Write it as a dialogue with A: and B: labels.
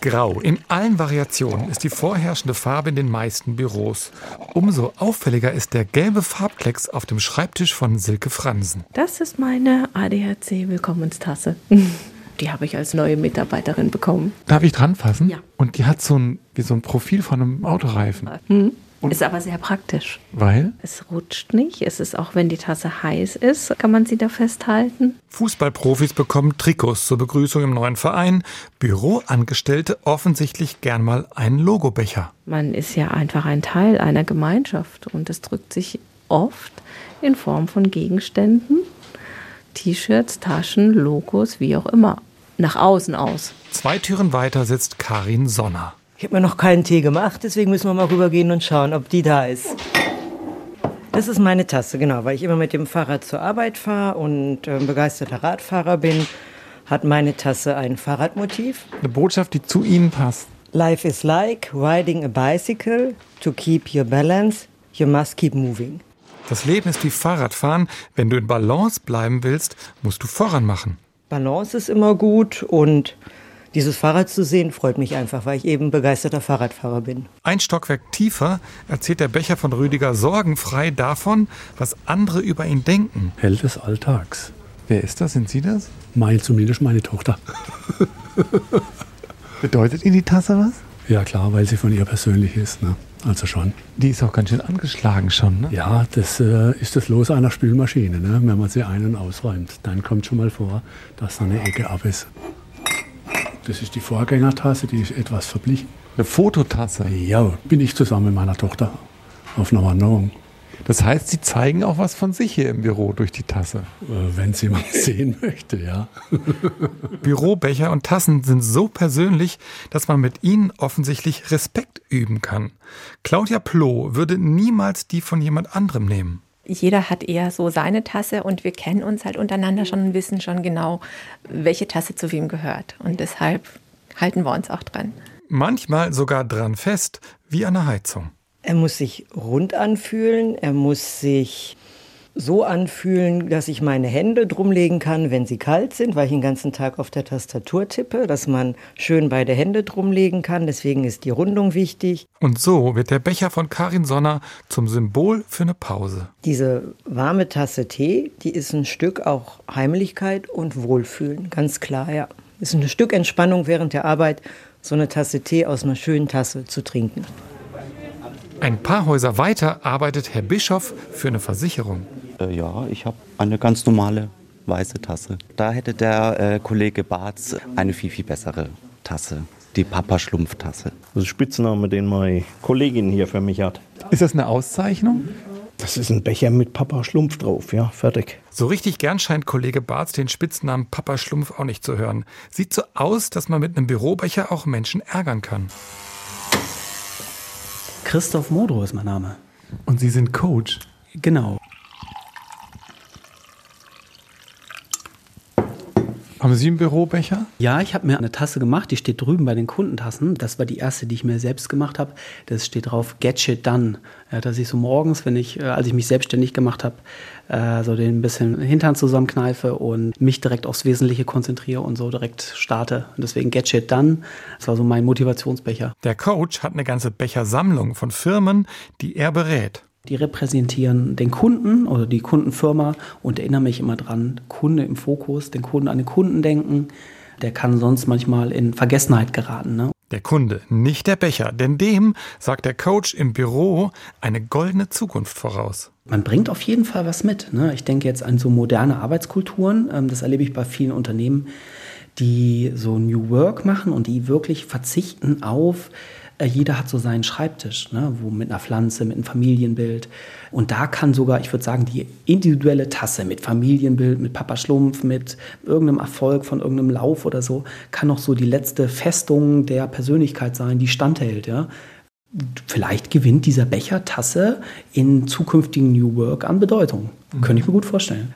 A: Grau in allen Variationen ist die vorherrschende Farbe in den meisten Büros. Umso auffälliger ist der gelbe Farbklecks auf dem Schreibtisch von Silke Fransen.
B: Das ist meine ADHC-Willkommenstasse. Die habe ich als neue Mitarbeiterin bekommen.
A: Darf ich dran fassen?
B: Ja.
A: Und die hat so ein, wie so ein Profil von einem Autoreifen.
B: Hm? ist aber sehr praktisch.
A: Weil?
B: Es rutscht nicht. Es ist auch, wenn die Tasse heiß ist, kann man sie da festhalten.
A: Fußballprofis bekommen Trikots zur Begrüßung im neuen Verein. Büroangestellte offensichtlich gern mal einen Logobecher.
B: Man ist ja einfach ein Teil einer Gemeinschaft und es drückt sich oft in Form von Gegenständen, T-Shirts, Taschen, Logos, wie auch immer, nach außen aus.
A: Zwei Türen weiter sitzt Karin Sonner.
C: Ich habe mir noch keinen Tee gemacht, deswegen müssen wir mal rübergehen und schauen, ob die da ist. Das ist meine Tasse, genau, weil ich immer mit dem Fahrrad zur Arbeit fahre und äh, begeisterter Radfahrer bin, hat meine Tasse ein Fahrradmotiv.
A: Eine Botschaft, die zu Ihnen passt.
C: Life is like riding a bicycle. To keep your balance, you must keep moving.
A: Das Leben ist wie Fahrradfahren. Wenn du in Balance bleiben willst, musst du voran machen.
C: Balance ist immer gut und dieses Fahrrad zu sehen freut mich einfach, weil ich eben begeisterter Fahrradfahrer bin.
A: Ein Stockwerk tiefer erzählt der Becher von Rüdiger sorgenfrei davon, was andere über ihn denken.
D: Held des Alltags.
A: Wer ist das? Sind Sie das?
D: Mein, zumindest meine Tochter.
A: Bedeutet Ihnen die Tasse was?
D: Ja klar, weil sie von ihr persönlich ist. Ne? Also schon.
A: Die ist auch ganz schön angeschlagen schon, ne?
D: Ja, das äh, ist das Los einer Spülmaschine. Ne? Wenn man sie ein- und ausräumt, dann kommt schon mal vor, dass da eine Ecke ab ist. Das ist die Vorgängertasse, die ist etwas verblichen.
A: Eine Fototasse.
D: Ja, bin ich zusammen mit meiner Tochter auf einer Wanderung.
A: Das heißt, Sie zeigen auch was von sich hier im Büro durch die Tasse.
D: Äh, wenn sie mal sehen möchte, ja.
A: Bürobecher und Tassen sind so persönlich, dass man mit ihnen offensichtlich Respekt üben kann. Claudia Ploh würde niemals die von jemand anderem nehmen.
E: jeder hat eher so seine Tasse und wir kennen uns halt untereinander schon und wissen schon genau, welche Tasse zu wem gehört. Und deshalb halten wir uns auch dran.
A: Manchmal sogar dran fest, wie an der Heizung.
C: Er muss sich rund anfühlen, er muss sich so anfühlen, dass ich meine Hände drumlegen kann, wenn sie kalt sind, weil ich den ganzen Tag auf der Tastatur tippe, dass man schön beide Hände drumlegen kann. Deswegen ist die Rundung wichtig.
A: Und so wird der Becher von Karin Sonner zum Symbol für eine Pause.
C: Diese warme Tasse Tee, die ist ein Stück auch Heimlichkeit und Wohlfühlen, ganz klar, ja. Ist ein Stück Entspannung während der Arbeit, so eine Tasse Tee aus einer schönen Tasse zu trinken.
A: Ein paar Häuser weiter arbeitet Herr Bischof für eine Versicherung.
F: Äh, ja, ich habe eine ganz normale weiße Tasse. Da hätte der äh, Kollege Barz eine viel, viel bessere Tasse. Die Papa-Schlumpftasse.
G: Das ist ein Spitzname, den meine Kollegin hier für mich hat.
A: Ist das eine Auszeichnung?
G: Das ist ein Becher mit Papa Schlumpf drauf, ja, fertig.
A: So richtig gern scheint Kollege Barth den Spitznamen Papa Schlumpf auch nicht zu hören. Sieht so aus, dass man mit einem Bürobecher auch Menschen ärgern kann.
H: Christoph Modo ist mein Name.
A: Und Sie sind Coach.
H: Genau.
A: Haben Sie einen Bürobecher?
H: Ja, ich habe mir eine Tasse gemacht, die steht drüben bei den Kundentassen. Das war die erste, die ich mir selbst gemacht habe. Das steht drauf Get Shit Done. Ja, dass ich so morgens, wenn ich, äh, als ich mich selbstständig gemacht habe, äh, so den ein bisschen Hintern zusammenkneife und mich direkt aufs Wesentliche konzentriere und so direkt starte. Und deswegen Get Shit Done. Das war so mein Motivationsbecher.
A: Der Coach hat eine ganze Bechersammlung von Firmen, die er berät.
H: Die repräsentieren den Kunden oder die Kundenfirma und erinnere mich immer dran, Kunde im Fokus, den Kunden an den Kunden denken. Der kann sonst manchmal in Vergessenheit geraten. Ne?
A: Der Kunde, nicht der Becher, denn dem sagt der Coach im Büro eine goldene Zukunft voraus.
H: Man bringt auf jeden Fall was mit. Ne? Ich denke jetzt an so moderne Arbeitskulturen. Ähm, Das erlebe ich bei vielen Unternehmen, die so New Work machen und die wirklich verzichten auf, äh, jeder hat so seinen Schreibtisch, ne? wo mit einer Pflanze, mit einem Familienbild. Und da kann sogar, ich würde sagen, die individuelle Tasse mit Familienbild, mit Papa Schlumpf, mit irgendeinem Erfolg von irgendeinem Lauf oder so, kann noch so die letzte Festung der Persönlichkeit sein, die standhält. Ja? vielleicht gewinnt dieser Becher Tasse in zukünftigen New Work an Bedeutung. Könnte ich mir gut vorstellen.